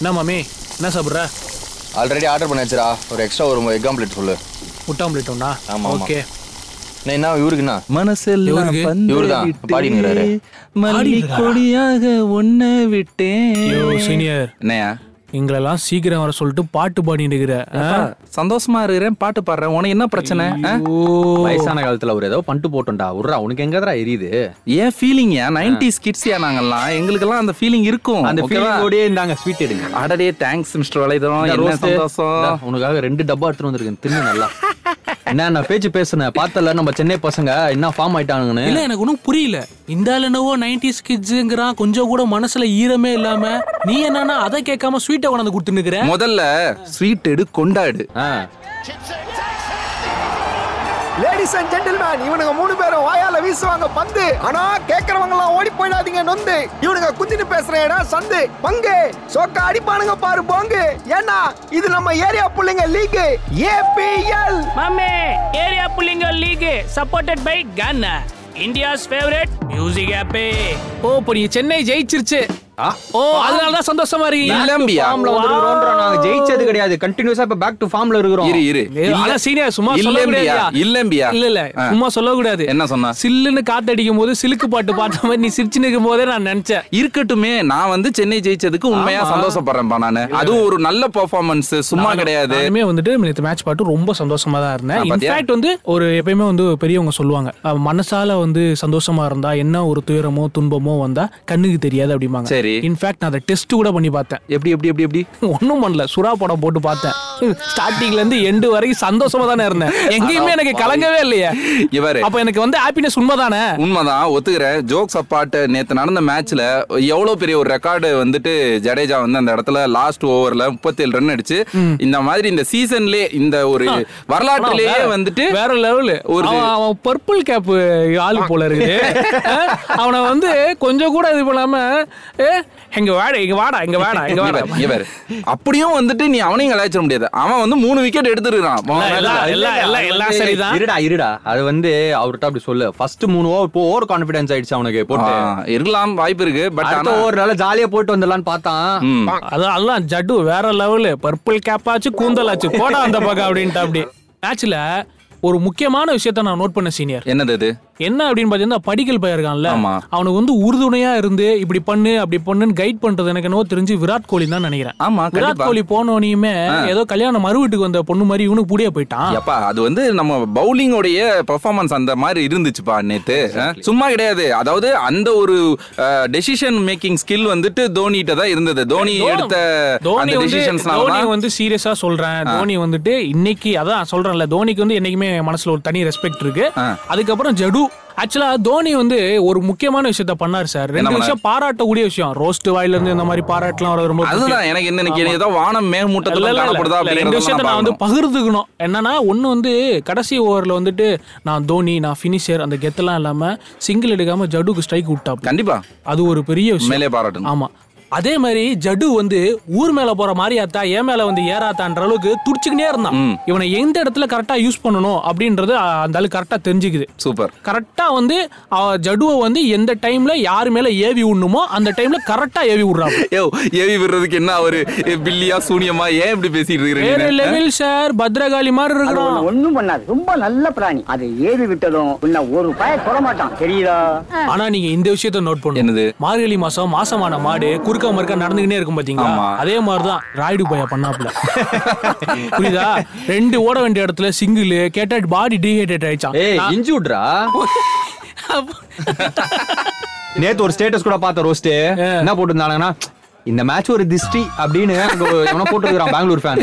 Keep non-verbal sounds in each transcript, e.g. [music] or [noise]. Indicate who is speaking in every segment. Speaker 1: என்ன மாமி என்ன சாப்பிட்ற
Speaker 2: ஆல்ரெடி ஆர்டர் பண்ணியாச்சுடா ஒரு எக்ஸ்ட்ரா ஒரு எக் ஆம்லெட் சொல்லு
Speaker 1: முட்டாம்பளிட் ஒண்ணா
Speaker 2: ஆமா, ஆமா.
Speaker 1: ஓகே
Speaker 2: அண்ணே, என்ன இவருக்குண்ணா
Speaker 3: மனசெல்லாம்
Speaker 1: இவருக்கு?
Speaker 2: இவருதான், பாடினுக்கிறாரு.
Speaker 3: பந்தலிட்டு மல்லிக் கொடியாக ஒன்ன விட்டேன்
Speaker 1: ஐயோ சீனியர்
Speaker 3: என்னையா
Speaker 1: எங்களெல்லாம் சீக்கிரம் வர சொல்லிட்டு பாட்டு பாடிட்டு இருக்கிற
Speaker 3: அப்பா, சந்தோஷமா இருக்கிறேன் பாட்டு பாடுறேன் உனக்கு என்ன பிரச்சனை ஆ?
Speaker 4: வயசான காலத்துல ஒரு ஏதோ பண்ணிட்டு போட்டோம்டா உர்றா உனக்கு எங்கடா எரியுது
Speaker 3: ஏன் ஃபீலிங்யா நைன்டிஸ் கிட்ஸ்யா நாங்கெல்லாம் எங்களுக்கெல்லாம் அந்த ஃபீலிங் இருக்கும்
Speaker 4: அந்த
Speaker 3: ஓகேவா?
Speaker 4: ஃபீலிங் ஓடியே இந்தாங்க ஸ்வீட் எடுங்க
Speaker 3: அடடே தேங்க்ஸ் மிஸ்டர் வலைதளம்
Speaker 4: இந்த
Speaker 3: என்ன
Speaker 4: roast. இந்தா,
Speaker 3: சந்தோஷம்
Speaker 4: உனக்காக ரெண்டு டப்பா எடுத்துட்டு வந்திருக்கேன் தின்னு நல்லா என்ன நான் பேச்சு பேசுனேன் பார்த்தல நம்ம சென்னை பசங்க என்ன ஃபார்ம் ஆயிட்டானுங்கன்னு
Speaker 1: இல்ல எனக்கு ஒன்றும் புரியல இந்த ஆள் என்னவோ நைன்டிஸ் கிட்ஸுங்கிறான் கொஞ்சம் கூட மனசுல ஈரமே இல்லாம நீ என்னன்னா அதை கேட்காம ஸ்வீட்டை கொண்டாந்து கொடுத்துன்னுக்குற
Speaker 3: முதல்ல ஸ்வீட் எடு கொண்டாடு
Speaker 4: ஆ.
Speaker 5: லேடிஸ் அண்ட் ஜென்டில்மேன் இவனுங்க மூணு பேரும் வாயால வீசுவாங்க பந்து ஆனா கேக்குறவங்க எல்லாம் ஓடி போயிடாதீங்க நொந்து இவனுங்க குந்தின்னு பேசுற இடம் சந்து பங்கு சோக்க அடிப்பானுங்க பாரு போங்கு ஏன்னா இது நம்ம ஏரியா புள்ளைங்க லீக் ஏபிஎல்
Speaker 6: மாமே ஏரியா புள்ளிங்க league supported by Gaana India's favourite music app
Speaker 1: ஓ இப்போ நீ சென்னை ஜெயிச்சிருச்சு
Speaker 4: ஆ.
Speaker 1: ஓ அதனால தான் சந்தோஷமா இருக்கீங்க
Speaker 3: இல்லம்பியா
Speaker 4: Formல வந்திருக்கிறோம்ன்றா, நாங்க ஜெயிச்சது கிடையாது கண்டினியூஸா இப்ப பேக் டு ஃபார்ம்ல
Speaker 3: இரு
Speaker 4: இருக்கிறோம்
Speaker 3: இரு
Speaker 1: ஆனா சீனியா சும்மா
Speaker 3: இல்லம்பியா
Speaker 1: சொல்லக்கூடாதுயா.
Speaker 3: இல்லம்பியா
Speaker 1: இல்ல இல்ல
Speaker 3: ஆ.
Speaker 1: சும்மா சொல்லக்கூடாது
Speaker 3: என்ன சொன்னா?
Speaker 1: சில்லுன்னு காத்தடிக்கும் போது சிலுக்கு பாட்டு பார்த்த மாதிரி நீ சிரிச்சு நிற்கும் போதே நான் நினைச்சேன்
Speaker 3: இருக்கட்டுமே நான் வந்து சென்னை ஜெயிச்சதுக்கு உண்மையா சந்தோஷப்படுறேன்பா நானு அதுவும் ஒரு நல்ல பெர்ஃபார்மன்ஸ் சும்மா கிடையாது
Speaker 1: நானுமே வந்துட்டு நேற்று மேட்ச் பாட்டு ரொம்ப சந்தோஷமா தான் இருந்தேன்
Speaker 3: ஆ, பாத்தியா?
Speaker 1: இன்ஃபேக்ட் வந்து ஒரு எப்பயுமே வந்து பெரியவங்க சொல்லுவாங்க அஹ், மனசால வந்து சந்தோஷமா இருந்தா என்ன ஒரு துயரமோ துன்பமோ வந்தா கண்ணுக்கு தெரியாது அப்படிம்பாங்க
Speaker 3: சரி.
Speaker 1: இன்ஃபேக்ட் நான் அதை டெஸ்ட் கூட பண்ணி பார்த்தேன்
Speaker 3: எப்படி எப்படி எப்படி எப்படி
Speaker 1: ஒன்றும் பண்ணல சுறா படம் போட்டு பார்த்தேன் ஸ்டார்டிங்ல இருந்து எண்டு வரைக்கும் சந்தோஷமா தானே இருந்தேன் எங்கேயுமே எனக்கு கலங்கவே இல்லையே
Speaker 3: இவரு
Speaker 1: அப்ப எனக்கு வந்து ஹாப்பினஸ் உண்மைதானே
Speaker 3: உண்மைதான் ஒத்துக்கிறேன் ஜோக்ஸ் அப்பாட்டு நேத்து நடந்த மேட்ச்ல எவ்வளவு பெரிய ஒரு ரெக்கார்டு வந்துட்டு ஜடேஜா வந்து அந்த இடத்துல லாஸ்ட் ஓவர்ல 37 ரன் அடிச்சு இந்த மாதிரி இந்த சீசன்லே இந்த ஒரு வரலாற்றுலயே
Speaker 1: வேற-
Speaker 3: வந்துட்டு
Speaker 1: வேற லெவல்
Speaker 3: ஒரு-
Speaker 1: அவன் அவன் பர்பிள் கேப் ஆளு போல இருக்குது அஹ், அவனை வந்து கொஞ்சம் கூட இது பண்ணாம ஏ இங்க வாடா இங்க வாடா இங்க வாடா இங்க
Speaker 3: [laughs]
Speaker 1: வாடா
Speaker 3: இவர், இவர் அப்படியும் வந்துட்டு நீ அவனையும் கலாய்ச்சிட முடியாது அவன் வந்து மூணு விக்கெட்
Speaker 1: எல்லாம்,
Speaker 3: எடுத்துருக்கான்
Speaker 1: எல்லாம், எல்லாம், எல்லாம் சரிதான்.
Speaker 4: இருடா இருடா அது வந்து அவர்கிட்ட அப்படி சொல்லு ஃபர்ஸ்ட் மூணு ஓவர் இப்போ ஓவர் கான்ஃபிடன்ஸ் ஆயிடுச்சு அவனுக்கு போட்டு
Speaker 3: இருக்கலாம் வாய்ப்பு இருக்கு பட்
Speaker 4: அடுத்த
Speaker 3: ஆனா
Speaker 4: ஓவர் நல்லா ஜாலியா போட்டு வந்துடலாம்னு பார்த்தான்
Speaker 3: ம்.
Speaker 1: அதான் எல்லாம் ஜட்டு வேற லெவலு பர்பிள் கேப்பாச்சு கூந்தலாச்சு போடா அந்த பக்கம் அப்படின்ட்டு அப்படி மேட்ச்ல ஒரு முக்கியமான விஷயத்த நான் நோட் பண்ண சீனியர்
Speaker 3: என்னது இது
Speaker 1: என்ன அப்படின்னு பாத்தீங்கன்னா படிக்கல் பையன் இருக்கான்ல
Speaker 3: ஆமா.
Speaker 1: அவனுக்கு வந்து உறுதுணையா இருந்து இப்படி பண்ணு அப்படி பண்ணுன்னு கைட் பண்றது எனக்கு என்னவோ தெரிஞ்சு விராட் கோலி தான் நினைக்கிறேன்
Speaker 3: ஆமா, கண்டிப்பா.
Speaker 1: விராட் கோலி போனோனையுமே ஏதோ கல்யாணம் மறு வீட்டுக்கு வந்த பொண்ணு மாதிரி இவனுக்கு புடிய போயிட்டான்
Speaker 3: எப்பா அது வந்து நம்ம பவுலிங்கோடைய பெர்ஃபார்மன்ஸ் அந்த மாதிரி இருந்துச்சுப்பா நேத்து ஆ, சும்மா கிடையாது அதாவது அந்த ஒரு டெசிஷன் மேக்கிங் ஸ்கில் வந்துட்டு தோனிட்ட தான் இருந்தது தோனி எடுத்த
Speaker 1: தோனி வந்து
Speaker 3: அந்த
Speaker 1: தோனி
Speaker 3: டெசிஷன்ஸ்னால
Speaker 1: வந்து சீரியஸா சொல்றேன் தோனி வந்துட்டு இன்னைக்கு அதான் சொல்றேன்ல தோனிக்கு வந்து என்னைக்குமே என் மனசுல ஒரு தனி ரெஸ்பெக்ட் இருக்கு அதுக்கப்புறம் ஜடு ஆக்சுவலா தோனி வந்து ஒரு முக்கியமான விஷயத்த பண்ணாரு சார் ரெண்டு
Speaker 3: பண்ணாரு?
Speaker 1: விஷயம் பாராட்டக்கூடிய விஷயம் ரோஸ்ட் வாயில இருந்து இந்த மாதிரி பாராட்டலாம் வர்றது ரொம்ப பிடிக்கும்.
Speaker 3: அதுதான் எனக்கு என்ன எனக்கு ஏதோ வானம்
Speaker 1: இல்ல,
Speaker 3: மேகமூட்டத்துல
Speaker 1: இல்ல, இல்ல.
Speaker 3: காணப்படுதா
Speaker 1: இல்ல, ரெண்டு விஷயத்த நான் வந்து
Speaker 3: அப்படிங்கிறது
Speaker 1: பகிர்ந்துக்கணும் என்னன்னா ஒண்ணு வந்து கடைசி ஓவர்ல வந்துட்டு நான் தோனி நான் ஃபினிஷர் அந்த கெத்தெல்லாம் இல்லாம சிங்கிள் எடுக்காம ஜடுக்கு ஸ்ட்ரைக் விட்டாப்ல
Speaker 3: கண்டிப்பா
Speaker 1: அது ஒரு பெரிய விஷயம்
Speaker 3: மேலே பாராட்டணும்
Speaker 1: ஆமா அதே மாதிரி ஜடு வந்து ஊர் மேல போற மாதிரி ஆத்தா ஏன் மேல வந்து ஏறாத்தான்ற அளவுக்கு துடிச்சுக்கிட்டே இருந்தான்
Speaker 3: ம்.
Speaker 1: இவனை எந்த இடத்துல கரெக்டா யூஸ் பண்ணணும் அப்படின்றது அ, அந்த ஆளு கரெக்டா தெரிஞ்சுக்குது
Speaker 3: சூப்பர்
Speaker 1: கரெக்டா வந்து அ, ஜடுவை வந்து எந்த டைம்ல யார் மேல ஏவி விடணுமோ அந்த டைம்ல கரெக்டா ஏவி விடுறான்
Speaker 3: ஏ ஏவி விடுறதுக்கு என்ன ஒரு பில்லியா சூனியமா ஏன் இப்படி பேசிட்டு
Speaker 1: வேற
Speaker 3: இருக்கிறீங்க
Speaker 1: லெவல் சார் பத்ரகாளி மாதிரி
Speaker 7: அது
Speaker 1: இருக்கிறான்
Speaker 7: உன்னை ஒண்ணும் பண்ணாது ரொம்ப நல்ல பிராணி அது ஏறி விட்டதும் உன்னை ஒரு பய தொட மாட்டான் தெரியுதா
Speaker 1: ஆனா நீங்க இந்த விஷயத்த நோட் பண்ணுங்க
Speaker 3: என்னது?
Speaker 1: மார்கழி மாசம் மாசமான மாடு குறுக்க மறுக்க நடந்துகிட்டே இருக்கும் பாத்தீங்களா
Speaker 3: ஆமா.
Speaker 1: அதே மாதிரிதான் ராயுடு பையா பண்ணாப்ல புரியுதா ரெண்டு ஓட வேண்டிய இடத்துல சிங்கிள் கேட்டா பாடி டீஹைட்ரேட் ஆயிடுச்சான்
Speaker 4: ஏய் இஞ்சி விட்றா நேத்து ஒரு ஸ்டேட்டஸ் கூட பார்த்த ரோஸ்ட் என்ன போட்டிருந்தாங்கன்னா இந்த மேட்ச் ஒரு திஷ்டி அப்படின்னு அங்க எவனோ போட்டுருக்கான் பெங்களூர் ஃபேன்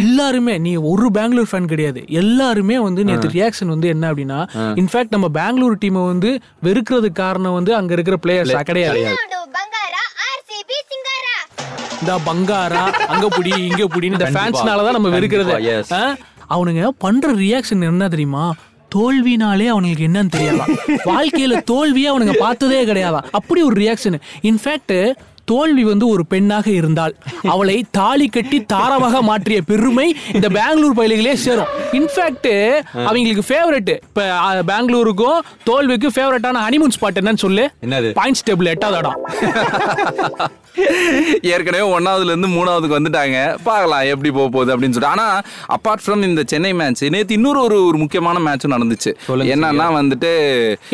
Speaker 1: எல்லாருமே நீ ஒரு பெங்களூர் ஃபேன் கிடையாது எல்லாருமே வந்து நேத்து ரியாக்ஷன் வந்து என்ன அப்படின்னா இன்ஃபேக்ட் நம்ம பெங்களூர் டீமை வந்து வெறுக்கிறதுக்கு காரணம் வந்து அங்க இருக்கிற பிளேயர்ஸ் கிடையாது
Speaker 8: ನೋಡು ಬಂಗಾರ ಆರ್ ಸಿ ಬಿ ಸಿಂಗಾರ
Speaker 1: இந்த பங்காரா அங்க புடி இங்க புடின்னு இந்த
Speaker 4: கண்டிப்பா.
Speaker 1: ஃபேன்ஸ்னாலதான் நம்ம வெறுக்கிறது
Speaker 4: கண்டிப்பா, yes.
Speaker 1: ஆ? அவனுங்க பண்ற ரியாக்ஷன் என்ன தெரியுமா தோல்வினாலே அவனுக்கு என்னன்னு தெரியலாம் வாழ்க்கையில தோல்வியே அவனுங்க பார்த்ததே கிடையாதாம் அப்படி ஒரு ரியாக்ஷன் இன்ஃபேக்ட் தோல்வி வந்து ஒரு பெண்ணாக இருந்தால் அவளை தாலி கட்டி தாரமாக மாற்றிய பெருமை இந்த பெங்களூர் பயலிகளே சேரும் இன்ஃபேக்ட் அவங்களுக்கு ஃபேவரட் இப்ப ஆ, பெங்களூருக்கும் தோல்விக்கும் ஃபேவரட்டான ஹனிமூன் ஸ்பாட் என்னன்னு சொல்லு
Speaker 4: என்னது?
Speaker 1: பாயிண்ட்ஸ் டேபிள் எட்டாவது இடம்
Speaker 3: ஏற்கனவே ஒன்னாவதுல இருந்து மூணாவதுக்கு வந்துட்டாங்க பார்க்கலாம் எப்படி போக போகுது அப்படின்னு சொல்லிட்டு ஆனா அப்பார்ட் ஃப்ரம் இந்த சென்னை மேட்ச் நேத்து இன்னொரு ஒரு ஒரு முக்கியமான மேட்சும் நடந்துச்சு
Speaker 4: சொல்லுங்க
Speaker 3: என்னன்னா வந்துட்டு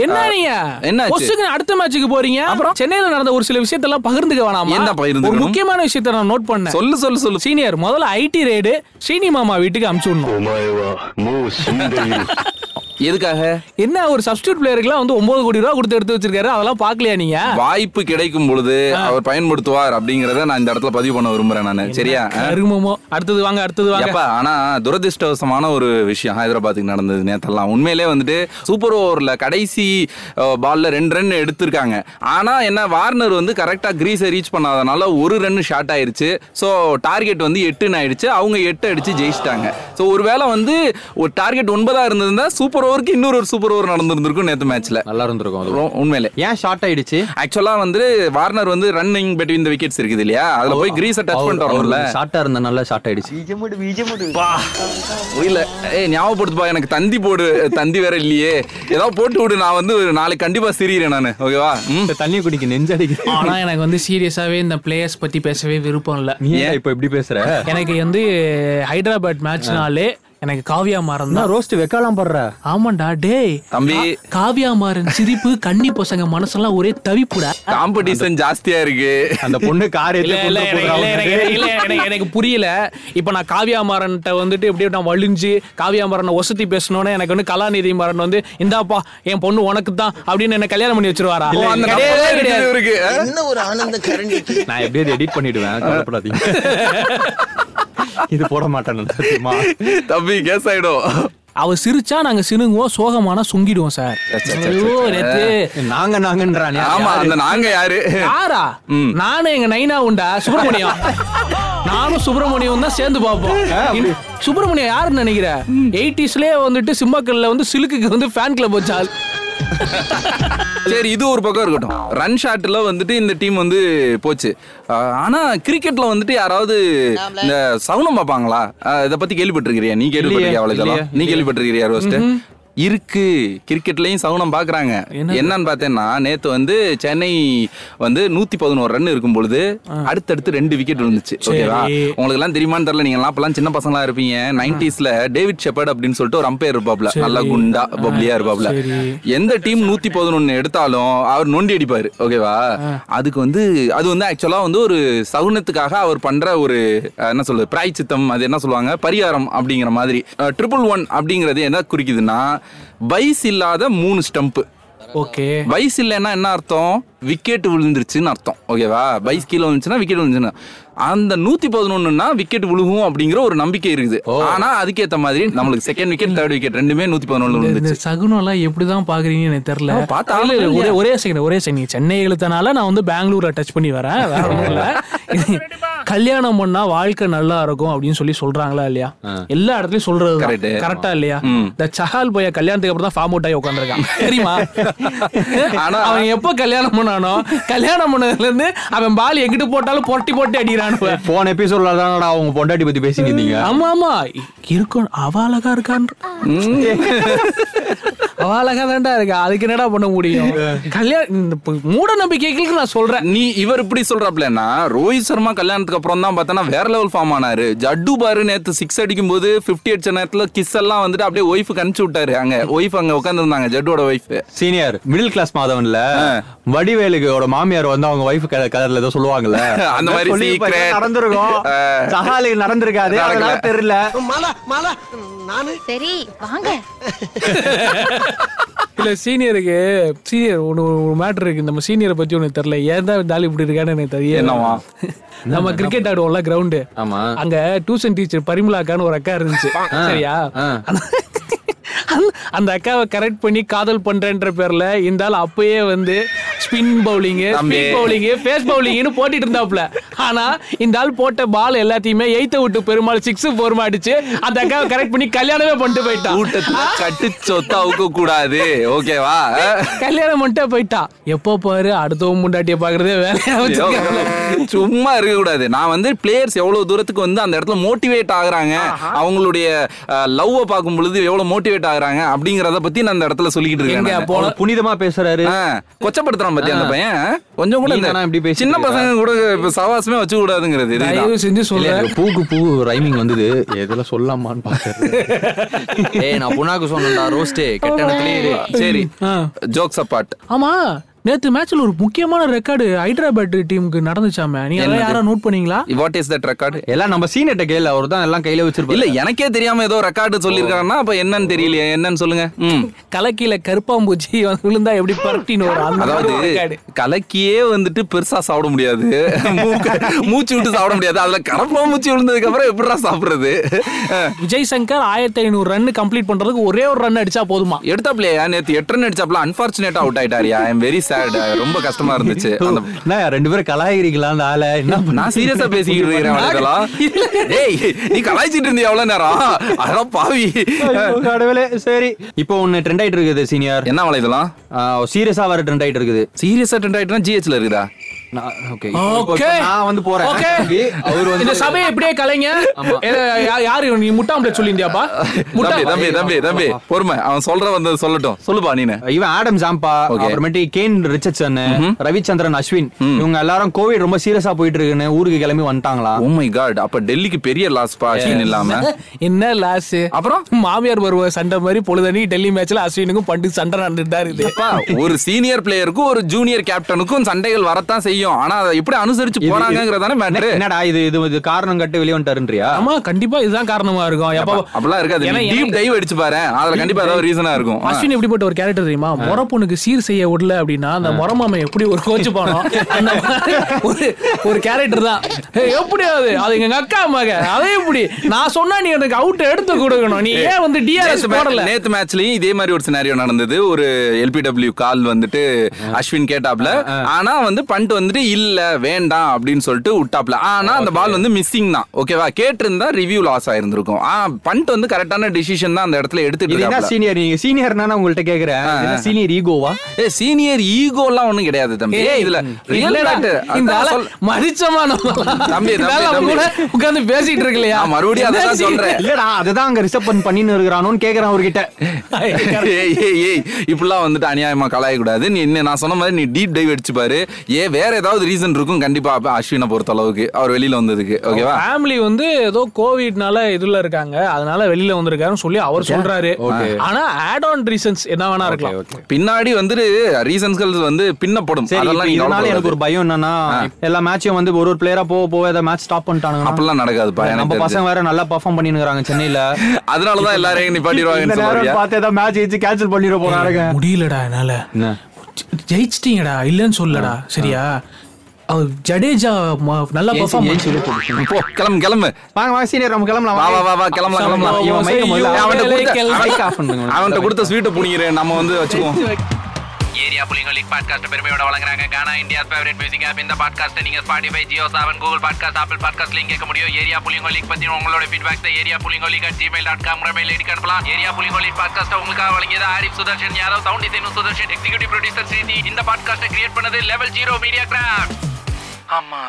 Speaker 1: என்ன நீங்க
Speaker 3: என்னாச்சு?
Speaker 1: பொசுக்குன்னு அடுத்த மேட்சுக்கு போறீங்க அப்புறம் சென்னையில நடந்த ஒரு சில விஷயத்தெல்லாம் பகிர்ந்துக்க வேணாமா
Speaker 3: என்ன பகிர்ந்துக்கணும்?
Speaker 1: ஒரு முக்கியமான விஷயத்தை நான் நோட் பண்ணேன்
Speaker 3: சொல்லு சொல்லு சொல்லு
Speaker 1: சீனியர் முதல்ல ஐடி ரேடு சீனி மாமா வீட்டுக்கு அமுச்சு விடணும்
Speaker 9: お前はもう死んでいる
Speaker 3: எதுக்காக
Speaker 1: என்ன ஒரு சப்ஸ்டியூட் பிளேயருக்குலாம் வந்து ஒன்பது கோடி ரூபா கொடுத்து எடுத்து வச்சிருக்காரு அதெல்லாம் பாக்கலையா நீங்க
Speaker 3: வாய்ப்பு கிடைக்கும் பொழுது அவர் பயன்படுத்துவார் அப்படிங்கறத நான் இந்த இடத்துல பதிவு பண்ண விரும்புறேன் நான் சரியா ஆ?
Speaker 1: அருமமோ அடுத்தது வாங்க அடுத்தது வாங்க
Speaker 3: எப்பா ஆனா துரதிர்ஷ்டவசமான ஒரு விஷயம் ஹைதராபாத்துக்கு நடந்தது நேத்தெல்லாம் உண்மையிலே வந்துட்டு சூப்பர் ஓவர்ல கடைசி அஹ், பால்ல ரெண்டு ரன் எடுத்திருக்காங்க ஆனா என்ன வார்னர் வந்து கரெக்டா கிரீஸை ரீச் பண்ணாதனால ஒரு ரன் ஷார்ட் ஆயிருச்சு ஸோ டார்கெட் வந்து எட்டுன்னு ஆயிடுச்சு அவங்க எட்டு அடிச்சு ஜெயிச்சிட்டாங்க ஸோ ஒருவேளை வந்து ஒரு டார்கெட் ஒன்பதா இருந்திருந்தா சூப்பர் ஓவருக்கு இன்னொரு ஒரு சூப்பர் ஓவர் நடந்திருந்திருக்கும் நேத்து மேட்ச்ல
Speaker 4: நல்லா இருந்திருக்கும் அது
Speaker 3: உண்மையிலே
Speaker 4: ஏன் ஷார்ட் ஆயிடுச்சு
Speaker 3: ஆக்சுவலா வந்து வார்னர் வந்து ரன்னிங் between the விக்கெட்ஸ் இருக்குது இல்லையா அதுல போய் கிரீஸை டச் பண்ணிட்டு வரணும்ல
Speaker 4: ஷார்ட்டா இருந்த நல்லா ஷார்ட் ஆயிடுச்சு
Speaker 3: இல்ல ஏய் ஞாபகப்படுத்துப்பா எனக்கு தந்தி போடு தந்தி வேற இல்லையே ஏதாவது போட்டு விடு நான் வந்து ஒரு நாளைக்கு கண்டிப்பா சிரிக்கிறேன் நானு ஓகேவா ம்
Speaker 4: இந்த தண்ணி குடிக்க நெஞ்சடிக்க
Speaker 1: ஆனா எனக்கு வந்து சீரியஸாவே இந்த பிளேயர்ஸ் பத்தி பேசவே விருப்பம் இல்ல
Speaker 4: நீ ஏன் இப்ப இப்படி பேசுற
Speaker 1: எனக்கு வந்து ஹைதராபாத் மேட்ச்னாலே எனக்கு காவியா மாறன் தான்
Speaker 4: ரோஸ்ட் வைக்கலாம் படுற
Speaker 1: ஆமாண்டா டேய்
Speaker 3: தம்பி.
Speaker 1: கா- காவியா மாறன் சிரிப்பு கன்னி பசங்க மனசெல்லாம் ஒரே தவிப்புடா
Speaker 3: காம்படிஷன் ஜாஸ்தியா இருக்கு
Speaker 4: அந்த பொண்ணு காரியத்துல
Speaker 1: இல்ல, இல்ல, எனக்கு- இல்ல, எனக்கு- இல்ல, எனக்கு- எனக்கு புரியல இப்ப நான் காவியா மாறன்ட்ட வந்துட்டு இப்படியே நான் வலிஞ்சு காவியா மாறனை ஒசத்தி பேசணும்னு எனக்கு வந்து கலாநிதி மாறன் வந்து இந்தாப்பா என் பொண்ணு உனக்கு தான் அப்படின்னு என்ன கல்யாணம் பண்ணி வச்சிருவாரா
Speaker 3: ஓ, அந்த
Speaker 1: கிடையவே
Speaker 3: நம்பர்
Speaker 1: கிடையாது.
Speaker 3: இருக்கு ஆ?
Speaker 4: நான் எப்படியாவது எடிட் பண்ணிடுவேன் கவலைப்படாதீங்க இது போட மாட்டேன் சத்தியமா
Speaker 3: தம்பி கேஸ் ஆயிடும்
Speaker 1: அவ சிரிச்சா நாங்க சினுங்குவோம் சோகமானா சுங்கிடுவோம் சார் ஐயோ, நேத்து.
Speaker 4: நாங்க நாங்கன்றானே
Speaker 3: ஆமா அந்த நாங்க யாரு
Speaker 1: யாரா நானும் எங்க நைனா உண்டா சுப்பிரமணியம் நானும் சுப்பிரமணியம் தான் சேர்ந்து பார்ப்போம் இன்- சுப்பிரமணியம் யாருன்னு நினைக்கிற எயிட்டிஸ்லயே வந்துட்டு சிம்மாக்கல்ல வந்து சிலுக்குக்கு வந்து ஃபேன் கிளப் வச்சாள்
Speaker 3: சரி இது ஒரு பக்கம் இருக்கட்டும் ரன் ஷாட்ல வந்துட்டு இந்த டீம் வந்து போச்சு ஆ, ஆனா கிரிக்கெட்ல வந்துட்டு யாராவது இந்த சகுனம் பார்ப்பாங்களா ஆ, இத பத்தி கேள்விப்பட்டிருக்கிறியா நீ கேள்விப்பட்டிருக்கியா அவ்வளவு இதெல்லாம்?
Speaker 4: இல்லையே,
Speaker 3: நீ கேள்விப்பட்டிருக்கிறியா ரோஸ்ட் இருக்கு கிரிக்கெட்லயும் சகுனம் பாக்குறாங்க என்னன்னு பார்த்தேன்னா நேத்து வந்து சென்னை வந்து நூத்தி பதினோரு ரன் இருக்கும் பொழுது அடுத்தடுத்து ரெண்டு விக்கெட் விழுந்துச்சு ஓகேவா உங்களுக்கு எல்லாம் தெரியுமான்னு தெரியல நீங்க எல்லாம் அப்பெல்லாம் சின்ன பசங்களா இருப்பீங்க நைன்டிஸ்ல டேவிட் ஷெப்பர்ட் அப்படின்னு சொல்லிட்டு ஒரு அம்பையர் இருப்பாப்ல நல்லா குண்டா பப்ளியா இருப்பாப்ல எந்த டீம் நூத்தி பதினொன்னு எடுத்தாலும் அவர் நொண்டி அடிப்பாரு ஓகேவா அதுக்கு வந்து அது வந்து ஆக்சுவலா வந்து ஒரு சகுனத்துக்காக அவர் பண்ற ஒரு அஹ், என்ன சொல்றது பிராய்ச்சித்தம் அது என்ன சொல்லுவாங்க பரிகாரம் அப்படிங்கிற மாதிரி ட்ரிபிள் ஒன் அப்படிங்கிறது என்ன குறிக்குதுன்னா வயசு இல்லாத மூணு ஸ்டம்ப்
Speaker 1: ஓகே
Speaker 3: வயசு இல்லைன்னா என்ன அர்த்தம் விக்கெட் விழுந்துருச்சுன்னு அர்த்தம் ஓகேவா வயசு கீழே விழுந்துச்சுன்னா விக்கெட் விழுந்துச்சுன்னு அந்த நூத்தி பதினொன்னுனா விக்கெட் விழுகும் அப்படிங்கிற ஒரு நம்பிக்கை இருக்குது ஆனா அதுக்கேத்த மாதிரி நம்மளுக்கு செகண்ட் விக்கெட் தேர்ட் விக்கெட் ரெண்டுமே நூத்தி பதினொன்னு
Speaker 1: இந்த- இந்த
Speaker 3: விழுந்துச்சு
Speaker 1: சகுனம் எல்லாம் எப்படிதான் பாக்குறீங்கன்னு எனக்கு தெரியல
Speaker 3: அவன் பார்த்தா
Speaker 1: இல்ல, இல்ல,
Speaker 3: ஆளு
Speaker 1: ஒரே ஒரே செகண்ட் ஒரே செகண்ட் சென்னை இழுத்தனால நான் வந்து பெங்களூரை டச் பண்ணி வரேன்
Speaker 3: [laughs]
Speaker 1: வேற ஒண்ணும் இல்ல கல்யாணம் பண்ணா வாழ்க்கை நல்லா இருக்கும் அப்படின்னு சொல்லி சொல்றாங்களா இல்லையா எல்லா இடத்துலயும் சொல்றது
Speaker 3: Correct.
Speaker 1: கரெக்டா இல்லையா இந்த சஹால் போய கல்யாணத்துக்கு அப்புறம் தான் ஃபார்ம் அவுட் ஆகி
Speaker 3: [laughs]
Speaker 1: உட்காந்துருக்கான் தெரியுமா
Speaker 3: ஆனா-
Speaker 1: அவன் எப்ப கல்யாணம் பண்ணானோ கல்யாணம் பண்ணதுல இருந்து அவன் பால் எங்கிட்டு போட்டாலும் பொட்டி போட்டு அடிக்கிறான்
Speaker 4: போன எபிசோட்ல தானடா அவங்க பொண்டாட்டி பத்தி பேசிட்டு இருந்தீங்க
Speaker 1: ஆமா ஆமா இருக்கணும் அவ அழகா இருக்கான் அவ அழகா தான்டா இருக்கா அதுக்கு என்னடா பண்ண முடியும் கல்யாணம் இந்த பு- மூட நம்பிக்கைகளுக்கு நான் சொல்றேன்
Speaker 3: நீ இவர் இப்படி சொல்றாப்லன்னா ரோஹித் சர்மா கல்யாணத்துக்கு அப்புறம் தான் பார்த்தோன்னா வேற லெவல் ஃபார்ம் ஆனாரு ஜட்டு பாரு நேத்து சிக்ஸ் அடிக்கும் போது பிப்டி அடிச்ச நேரத்துல கிஸ் எல்லாம் வந்துட்டு அப்படியே ஒய்ஃப் கணிச்சு விட்டாரு அங்க ஒய்ஃப் அங்க உட்காந்துருந்தாங்க ஜட்டோட ஒய்ஃப்
Speaker 4: சீனியர் மிடில் கிளாஸ் மாதவன்ல வடிவேலுகோட மாமியார் வந்து அவங்க ஒய்ஃப் கலர்ல ஏதோ சொல்லுவாங்கல்ல
Speaker 3: [laughs] அந்த மாதிரி
Speaker 4: சொல்லி இப்ப
Speaker 3: secret.
Speaker 4: நடந்திருக்கும்
Speaker 3: ஆ.
Speaker 4: சகாலுக்கு நடந்திருக்காது
Speaker 3: நடக்கல.
Speaker 4: அதனால தெரியல
Speaker 8: சரி வாங்க
Speaker 1: இல்ல சீனியருக்கு சீனியர் ஒன்று ஒரு மேட்டர் இருக்கு நம்ம சீனியரை பத்தி உனக்கு தெரியல ஏன் தான் இந்த ஆள் இப்படி இருக்கான்னு எனக்கு தெரியல
Speaker 3: என்னவா?
Speaker 1: நம்ம கிரிக்கெட் ஆடுவோம்ல கிரவுண்டு
Speaker 4: ஆமா.
Speaker 1: அங்க டியூஷன் டீச்சர் பரிமலாக்கான்னு ஒரு அக்கா இருந்துச்சு சரியா
Speaker 4: ஆ.
Speaker 1: அந்த- அந்த அக்காவை கரெக்ட் பண்ணி காதல் பண்றேன்ற பேர்ல இந்த ஆள் அப்பயே வந்து ஸ்பின் பவுலிங்
Speaker 3: தம்பி.
Speaker 1: ஸ்பின் பவுலிங் ஃபேஸ் பவுலிங்னு போட்டுட்டு இருந்தாப்ல ஆனா இந்த ஆள் போட்ட பால் எல்லாத்தையுமே எய்த்த விட்டு பெருமாள் சிக்ஸ் ஃபோர்மா அடிச்சு அந்த அக்காவை கரெக்ட் பண்ணி கல்யாணமே பண்ணிட்டு போயிட்டான்
Speaker 3: கூட்டத்துல கட்டு சொத்த அவுக்க கூடாது ஓகேவா
Speaker 1: கல்யாணம் பண்ணிட்டே போயிட்டா எப்போ பாரு அடுத்தவன் முண்டாட்டிய பாக்குறதே வேலையா வச்சிருக்காங்க
Speaker 3: சும்மா இருக்க கூடாது நான் வந்து பிளேயர்ஸ் எவ்வளவு தூரத்துக்கு வந்து அந்த இடத்துல மோட்டிவேட் ஆகுறாங்க அவங்களுடைய லவ்வை பார்க்கும் பொழுது எவ்வளவு மோட்டிவேட் ஆகுறாங்க அப்படிங்கறத பத்தி நான் அந்த இடத்துல சொல்லிக்கிட்டு இருக்கேன்
Speaker 1: எங்க
Speaker 3: நானு.
Speaker 1: போன
Speaker 4: புனிதமா பேசுறாரு
Speaker 3: ஆ, கொச்சப்படுத்துற பேசுறான் பத்தி அந்த பையன் கொஞ்சம் கூட
Speaker 4: நீ
Speaker 3: இந்த
Speaker 4: தானா இப்படி பேசிட்டு
Speaker 3: சின்ன
Speaker 4: இருக்கிற?
Speaker 3: பசங்க கூட இப்ப சவாசமே வச்சு கூடாதுங்கிறது
Speaker 1: தயவு
Speaker 3: இதுதான்.
Speaker 1: செஞ்சு
Speaker 4: இல்ல,
Speaker 1: சொல்றேன்
Speaker 4: எனக்கு [laughs] பூக்கு பூ ரைமிங் வந்தது எதுல சொல்லாமான்னு
Speaker 3: [laughs]
Speaker 4: பாக்குறேன்
Speaker 2: ஏய் நான் புண்ணாக்கு சொன்னேன்டா ரோஸ்டே கெட்ட இடத்துலயே இரு.
Speaker 3: சரி
Speaker 1: ஆ.
Speaker 3: ஜோக்ஸ் அப்பார்ட்
Speaker 1: ஆமா நேத்து மேட்ச்ல ஒரு முக்கியமான ரெக்கார்டு ஹைதராபாத் டீமுக்கு நடந்துச்சாமே நீங்க அதெல்லாம் யாரா நோட் பண்ணீங்களா
Speaker 3: வாட் இஸ் தட் ரெக்கார்டு
Speaker 4: எல்லாம் நம்ம சீனிட்ட கேள்வி அவர் தான் எல்லாம் கையில
Speaker 3: இல்ல
Speaker 4: வச்சிருப்பாரு
Speaker 3: எனக்கே தெரியாம ஏதோ ரெக்கார்டு சொல்லிருக்காங்கன்னா அப்ப என்னன்னு தெரியலையே என்னன்னு சொல்லுங்க ம்
Speaker 1: கலக்கில கருப்பாம்பூச்சி விழுந்தா எப்படி பரட்டின்னு வரும் அந்த மாதிரி ஒரு
Speaker 3: அதாவது
Speaker 1: record.
Speaker 3: கலக்கியே வந்துட்டு பெருசா சாப்பிட முடியாது மூக்க- மூச்சு விட்டு சாப்பிட முடியாது அதுல கரப்பா மூச்சு விழுந்ததுக்கு அப்புறம் எப்படிடா சாப்பிடுறது அஹ்,
Speaker 1: விஜய் சங்கர் ஆயிரத்தி ஐநூறு ரன் கம்ப்ளீட் பண்றதுக்கு ஒரே ஒரு ரன் அடிச்சா போதுமா
Speaker 3: எடுத்தாப்லயா நேத்து எட்டு ரன் அடிச்சாப்ல அன்பார்ச்சுனேட் அவுட் ஆயிட்டாரியா ஐ எம் வெரி சேட் ரொம்ப கஷ்டமா இருந்துச்சு அந்த
Speaker 4: என்ன ரெண்டு பேரும் கலாயிக்கிறீங்களா அந்த ஆளை என்ன
Speaker 3: நான் சீரியஸா பேசிக்கிட்டு இருக்கிறேன் வழக்கெல்லாம். டேய் நீ கலாய்ச்சிட்டு இருந்தியா எவ்வளவு நேரம் அதான் பாவி
Speaker 4: ஐயோ, கடவுளே சரி இப்போ ஒன்னு ட்ரெண்ட் ஆயிட்டு இருக்குது சீனியர்
Speaker 3: என்ன வலைதெல்லாம்
Speaker 4: சீரியஸா வர ட்ரெண்ட் ஆயிட்டு இருக்குது
Speaker 3: சீரியஸா ட்ரெண்ட் ஆயிட்டுனா ஜிஹெச்ல இருக்குதா
Speaker 4: நான் ஓகே
Speaker 1: Okay.
Speaker 4: நான் வந்து போறேன்
Speaker 1: Okay.
Speaker 4: தம்பி, அவர்
Speaker 1: இந்த
Speaker 4: வந்து
Speaker 1: சபையை இப்படியே கலைங்க ஏ, யா- யாரு இவன்? நீ முட்டா ஆம்லெட் சொல்லியிருந்தியாப்பா முட்டா
Speaker 3: தம்பி தம்பி தம்பி தம்பி பொறுமை அவன் சொல்ற வந்தது சொல்லட்டும் சொல்லுப்பா நீனு
Speaker 4: இவன் ஆடம் ஜாம்பா
Speaker 3: Okay.
Speaker 4: அப்புறமேட்டு கேன் ரிச்சர்ட்சன் ரவிச்சந்திரன் அஸ்வின் இவங்க எல்லாரும் கோவிட் ரொம்ப சீரியஸா போயிட்டு இருக்குன்னு ஊருக்கு கிளம்பி வந்துட்டாங்களா
Speaker 3: ஓ மை காட் Oh அப்ப டெல்லிக்கு பெரிய லாஸ் பா அஸ்வின் இல்லாம
Speaker 1: என்ன லாஸ்
Speaker 3: அப்புறம்?
Speaker 1: மாமியார் வருவ சண்டை மாதிரி பொழுதனி டெல்லி மேட்ச்ல அஸ்வினுக்கும் பண்டு சண்டை நடந்துட்டு தான் இருக்குது
Speaker 3: அப்பா, ஒரு சீனியர் பிளேயருக்கும் ஒரு ஜூனியர் கேப்டனுக்கும் சண்டைகள் வரத்தான் செய்யும் ஆனா அதை எப்படி அனுசரிச்சு
Speaker 4: இது-
Speaker 3: போறாங்கிறதானே மேட்ரு
Speaker 4: என்னடா இது இது இது காரணம் கட்டு வெளியே வந்துட்டாருன்றியா
Speaker 1: ஆமா கண்டிப்பா இதுதான் காரணமா இருக்கும் எப்ப
Speaker 3: அப்படிலாம் இருக்காது
Speaker 1: ஏன்னா
Speaker 3: டீப் டைவ் அடிச்சு பாரு அதுல கண்டிப்பா ஏதாவது ரீசனா இருக்கும் ஆ.
Speaker 1: அஸ்வின் எப்படிப்பட்ட ஒரு கேரக்டர் தெரியுமா மொர பொண்ணுக்கு சீர் செய்ய விடல அப்படின்னா அந்த மொர மாமா எப்படி ஒரு கோச்சு போனோம் அந்த மாதிரி ஒரு ஒரு கேரக்டர் தான் "ஏய், எப்படி அது அது எங்க அக்கா மக அதே எப்படி நான் சொன்னா நீ எனக்கு அவுட் எடுத்து கொடுக்கணும் நீ ஏன் வந்து டிஆர்எஸ்
Speaker 3: நேத்து மே-
Speaker 1: போடல
Speaker 3: நேத்து மேட்ச்லயும் இதே மாதிரி ஒரு சினாரியோ நடந்தது ஒரு எல்பிடபிள்யூ கால் வந்துட்டு அஸ்வின் கேட்டாப்ல ஆனா வந்து பண்ட் வந்துட்டு இல்ல வேண்டாம் அப்படின்னு சொல்லிட்டு விட்டாப்ல ஆனா அந்த பால் வந்து மிஸ்ஸிங் தான் ஓகேவா கேட்டிருந்தா ரிவ்யூ லாஸ் ஆயிருந்திருக்கும் ஆ பண்ட் வந்து கரெக்டான டிசிஷன் தான் அந்த இடத்துல எடுத்துட்டு
Speaker 4: இது என்ன
Speaker 3: இருக்காப்ல.
Speaker 4: சீனியர் நீங்க சீனியர்னா நான் உங்கள்ட்ட கேக்குறேன் சீனியர் ஈகோவா
Speaker 3: ஏ சீனியர் ஈகோலாம் ஒண்ணும் கிடையாது தம்பி ஏய், இதுல real
Speaker 1: இல்லடா,
Speaker 3: fact,
Speaker 1: இந்த
Speaker 3: அதான்
Speaker 1: ஆள
Speaker 3: சொல்-
Speaker 1: மதிச்சமா நம்ம
Speaker 3: தம்பி,
Speaker 1: இந்த ஆள
Speaker 3: தம்பி,
Speaker 1: நம்ம கூட உட்கார்ந்து பேசிட்டு இருக்கு இல்லையா
Speaker 3: நான் மறுபடியும் அதை தான் சொல்றேன்.
Speaker 4: இல்லடா அதுதான் அங்க ரிசர்வ் பண்ணின்னு இருக்கிறானோன்னு கேக்குறேன் அவர்கிட்ட
Speaker 3: ஏய், ஏய், ஏய், இப்படிலாம் வந்துட்டு அநியாயமா கலாயக்கூடாது நீ என்ன நான் சொன்ன மாதிரி நீ டீப் டைவ் அடிச்சு பாரு ஏ வேற ஏதாவது ரீசன் இருக்கும் கண்டிப்பா அப்ப அஸ்வினை பொறுத்த அளவுக்கு அவர் வெளியில வந்ததுக்கு ஓகேவா
Speaker 1: ஃபேமிலி வந்து ஏதோ கோவிட்னால இதுல இருக்காங்க அதனால வெளியில வந்திருக்காருன்னு சொல்லி அவர் சொல்றாரு ஆனா ஆட் ஆன் ரீசன்ஸ் என்ன வேணா இருக்கலாம்
Speaker 3: பின்னாடி வந்துட்டு ரீசன்ஸ்கள் வந்து பின்னப்படும்
Speaker 4: சரி இப்ப
Speaker 3: அதெல்லாம் நீ
Speaker 4: இதனால எனக்கு
Speaker 3: கவலைப்படாத.
Speaker 4: ஒரு பயம் என்னன்னா எல்லா மேட்சையும் வந்து ஒரு ஒரு பிளேயரா போக போக ஏதாவது மேட்ச் ஸ்டாப் பண்ணிட்டானுங்க
Speaker 3: அப்படிலாம் நடக்காதுப்பா
Speaker 4: நம்ம
Speaker 3: எனக்கு
Speaker 4: பசங்க
Speaker 3: தெரிஞ்சு.
Speaker 4: வேற நல்லா பெர்ஃபார்ம் பண்ணினுக்குறாங்க சென்னையில
Speaker 3: அதனாலதான் எல்லாரையும்
Speaker 4: இந்த
Speaker 3: நிப்பாட்டிடுவாங்கன்னு
Speaker 4: நேரம்
Speaker 3: சொல்றியா
Speaker 4: பார்த்து ஏதாவது மேட்ச் வச்சு கேன்சல் பண்ணிட போறாங்க
Speaker 1: முடியலடா என்னால
Speaker 4: என்ன?
Speaker 1: ஜெ- ஜெயிச்சிட்டீங்கடா இல்லன்னு சொல்லடா சரியா அவர் ஜடேஜா ம- நல்லா பெர்ஃபார்ம்
Speaker 3: போ கிளம்பு கிளம்பு
Speaker 4: வாங்க வாங்க சீனியர் நம்ம கிளம்பலாம்
Speaker 3: வா
Speaker 4: வாங்க.
Speaker 3: வா வா வா கிளம்பலாம் கிளம்பலாம்
Speaker 1: சம்பவம்
Speaker 4: இவன் மைக்க முதல்ல
Speaker 1: செய்யும்.
Speaker 3: அவன்கிட்ட கொடுத்த-
Speaker 1: வேலைக்கெல்லாம்
Speaker 3: அவன்கிட்ட-
Speaker 4: off பண்ணுங்க.
Speaker 3: அவன்கிட்ட கொடுத்த ஸ்வீட்டை புடிங்கிறேன் நம்ம வந்து வச்சுக்குவோம்
Speaker 10: ஏரியா புலிங்க லீக் பாட்காஸ்ட் பெருமையோட வழங்குறாங்க Gaana India favourite music app இந்த பாட்காஸ்ட் நீங்க Spotify Jio seven Google podcast Apple பாட்காஸ்ட்லையும் கேட்க முடியும் ஏரியா புலிங்க லீக் பத்தி உங்களோட ஃபீட்பேக் ஏரியா புலிங்க league at Gmail dot com mail ஐடிக்கு அனுப்பலாம் ஏரியா புலிங்க லீக் பாட்காஸ்ட் உங்களுக்காக வழங்கியது ஆரிஃப் சுதர்ஷன் யாதவ் சவுண்ட் டிசைனும் சுதர்ஷன் எக்ஸிகூட்டிவ் ப்ரொடியூசர் ஸ்ரீதி இந்த பாட்காஸ்ட்டை கிரியேட் பண்ணது லெவல் ஜீரோ மீடியா கிராஃப்ட் ஆமா